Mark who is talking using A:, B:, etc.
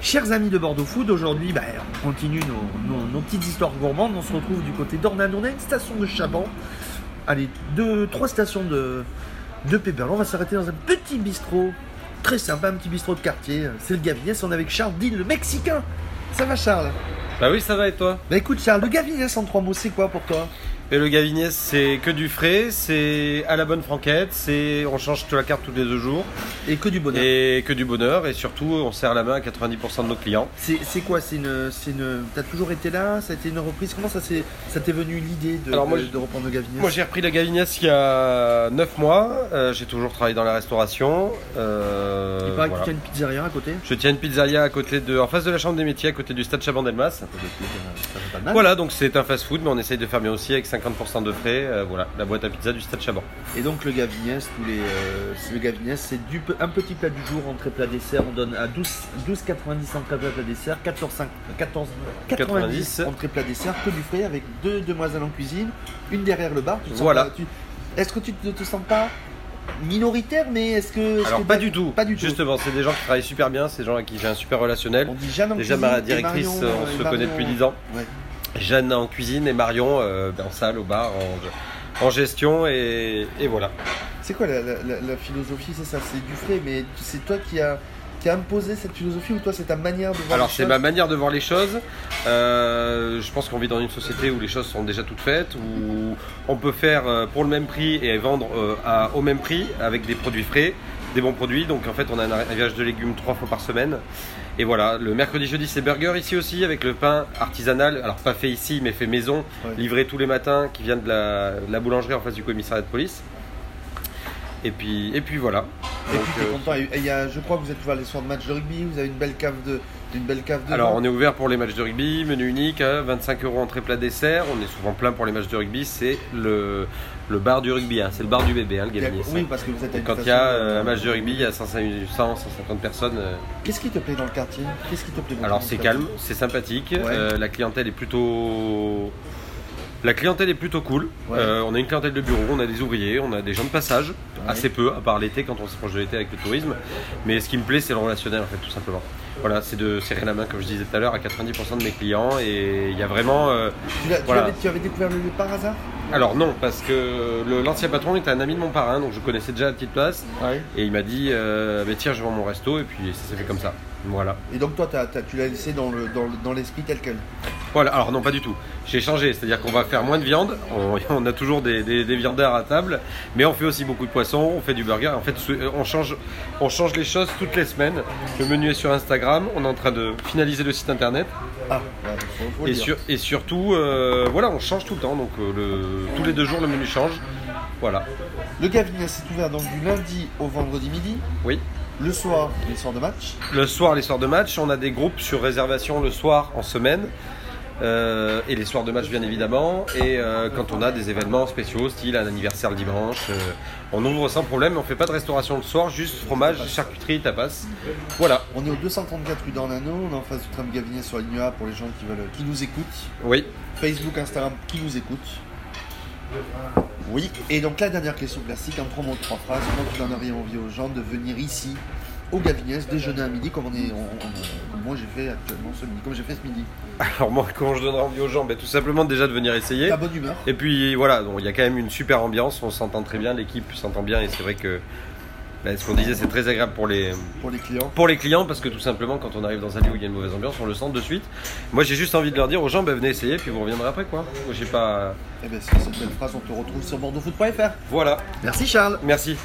A: Chers amis de Bordeaux Food, aujourd'hui bah, on continue nos, nos- nos petites histoires gourmandes. On se retrouve du côté d'Ornano. On a une station de Chaban. Allez, deux, trois stations de, de Péperlan. On va s'arrêter dans un petit bistrot. Très sympa, un petit bistrot de quartier. C'est le Gavinès. On est avec Charles Dean, le Mexicain. Ça va Charles
B: Bah oui, ça va et toi
A: Bah écoute Charles, le Gavinès en trois mots, c'est quoi pour toi
B: Et le Gavignès, c'est que du frais, c'est à la bonne franquette, c'est on change la carte tous les deux jours
A: Et que du bonheur.
B: et que du bonheur et surtout on serre la main à 90% de nos clients.
A: C'est c'est quoi C'est une, c'est une. T'as toujours été là Ça a été une reprise Comment ça s'est, ça t'est venu l'idée de,
B: Alors moi,
A: de-
B: je-
A: de reprendre le Gavinès
B: Moi j'ai repris le Gavignès il y a 9 mois, euh, j'ai toujours travaillé dans la restauration. euh,
A: Il paraît
B: voilà.
A: que tu as une pizzeria à côté.
B: Je tiens une pizzeria à côté de, en face de la chambre des métiers, à côté du stade
A: ben,
B: Chabandelmas.
A: Ça fait pas de mal.
B: Voilà, donc c'est un fast-food, mais on essaye de faire bien aussi avec 50% de frais. euh, voilà, la boîte à pizza du stade Chaban.
A: Et donc le gavignès, tous les, euh, c'est- le gavignès, c'est du pe- un petit plat du jour, entrée plat dessert. On donne à 12 12,90 entrée plat plat dessert, 14, 5, 14 90
B: 90.
A: entrée plat dessert, que du frais avec deux demoiselles en cuisine, une derrière le bar. Tu te sens
B: Voilà.
A: pas- tu- Est-ce que tu ne te sens pas minoritaire, mais est-ce que est-ce
B: Alors
A: que
B: pas
A: t'as-
B: du tout.
A: Pas du tout.
B: Justement, c'est des gens qui travaillent super bien, c'est des gens à qui j'ai un super relationnel.
A: On dit Jeanne en
B: Déjà
A: cuisine
B: ma
A: et
B: directrice,
A: Marion,
B: on
A: euh,
B: se
A: Marion-
B: connaît depuis 10 ans.
A: Ouais.
B: Jeanne en cuisine et Marion euh, ben, en salle, au bar, en, en gestion et, et voilà.
A: C'est quoi la, la- la- la philosophie C'est ça, c'est du frais, mais c'est toi qui a qui a imposé cette philosophie ou toi c'est ta manière de voir
B: Alors
A: les
B: c'est
A: choses
B: ma manière de voir les choses. Euh, je pense qu'on vit dans une société où les choses sont déjà toutes faites, où on peut faire euh, pour le même prix et vendre euh, à- au même prix avec des produits frais, des bons produits. Donc en fait on a un arrivage de légumes trois fois par semaine. Et voilà, le mercredi, jeudi c'est burger ici aussi avec le pain artisanal, alors pas fait ici mais fait maison,
A: Ouais.
B: livré tous les matins qui vient de la, de la boulangerie en face du commissariat de police. Et puis, et puis voilà.
A: Et
B: Donc,
A: puis t'es
B: euh,
A: content. Et- et il y a- je crois que vous êtes ouvert les soirs de match de rugby. Vous avez une belle cave de, une belle cave de.
B: Alors on est ouvert pour les matchs de rugby, menu unique, hein, 25 euros entrée plat dessert, on est souvent plein pour les matchs de rugby, c'est le, le bar du rugby, hein, c'est le bar du bébé, hein, le Gavinis.
A: Oui, parce que vous êtes. à
B: Et
A: une
B: quand il y
A: station,
B: a
A: euh,
B: euh, un match de rugby, il y a 500, 100, 150 personnes. euh.
A: Qu'est-ce qui te plaît dans le quartier Qu'est-ce qui te plaît dans
B: Alors
A: le
B: c'est
A: quartier
B: calme, c'est sympathique,
A: Ouais.
B: euh, la clientèle est plutôt... La clientèle est plutôt cool.
A: Ouais.
B: Euh, on a une clientèle de bureau, on a des ouvriers, on a des gens de passage,
A: Ouais.
B: assez peu, à part l'été quand on se proche de l'été avec le tourisme. Mais ce qui me plaît, c'est le relationnel en fait, tout simplement. Voilà, c'est de serrer la main, comme je disais tout à l'heure, à 90% de mes clients. Et il y a vraiment. euh,
A: Tu, l'as- tu
B: Voilà.
A: l'avais- tu avais découvert le lieu par hasard
B: Alors non, parce que le- l'ancien patron était un ami de mon parrain, donc je connaissais déjà la petite place.
A: Ouais.
B: Et il m'a dit, euh, mais tiens, je vends mon resto, et puis ça s'est fait comme ça. Voilà.
A: Et donc toi, t'as- t'as- tu l'as laissé dans le dans le- dans l'esprit tel quel.
B: Voilà, alors non, pas du tout. J'ai changé, c'est-à-dire qu'on va faire moins de viande, on, on a toujours des, des, des viandards à table, mais on fait aussi beaucoup de poissons, on fait du burger, en fait ce- euh, on change, on change les choses toutes les semaines. Le menu est sur Instagram, on est en train de finaliser le site internet,
A: Ah. ouais, faut- faut le
B: et,
A: dire.
B: sur- et surtout, euh, voilà, on change tout le temps, donc euh, le- tous les deux jours le menu change. Voilà,
A: Le Gavinia s'est ouvert donc du lundi au vendredi midi.
B: oui.
A: Le soir, les soirs de match.
B: Le soir, les soirs de match, on a des groupes sur réservation le soir en semaine. euh, et les soirs de match bien évidemment et euh, quand on a des événements spéciaux style un anniversaire le dimanche euh, on ouvre sans problème on fait pas de restauration le soir juste fromage charcuterie tapas voilà
A: On est au 234 rue d'Ornano. On est en face du tram Gavinia sur la ligne A pour les gens qui veulent, qui nous écoutent.
B: oui
A: Facebook, Instagram, qui nous écoute. Oui. Et donc la dernière question classique, un promo de trois phrases, comment tu donnerais envie aux gens de venir ici, au Gavignès, déjeuner à midi, comme, on est, on- on- comme moi j'ai fait actuellement ce midi, comme j'ai fait ce midi.
B: alors moi comment je donnerais envie aux gens ben, tout simplement déjà de venir essayer
A: La bonne humeur.
B: Et puis voilà, donc, il y a quand même une super ambiance, on s'entend très bien, l'équipe s'entend bien et c'est vrai que ben, ce qu'on disait c'est très agréable pour les,
A: Pour les clients.
B: pour les clients parce que tout simplement quand on arrive dans un lieu où il y a une mauvaise ambiance on le sent de suite. Moi j'ai juste envie de leur dire aux gens ben, venez essayer puis vous reviendrez après quoi. Moi, J'ai pas...
A: Eh ben, Et bien sur cette belle phrase, on te retrouve sur bordeauxfoot.fr.
B: Voilà,
A: Merci Charles.
B: merci.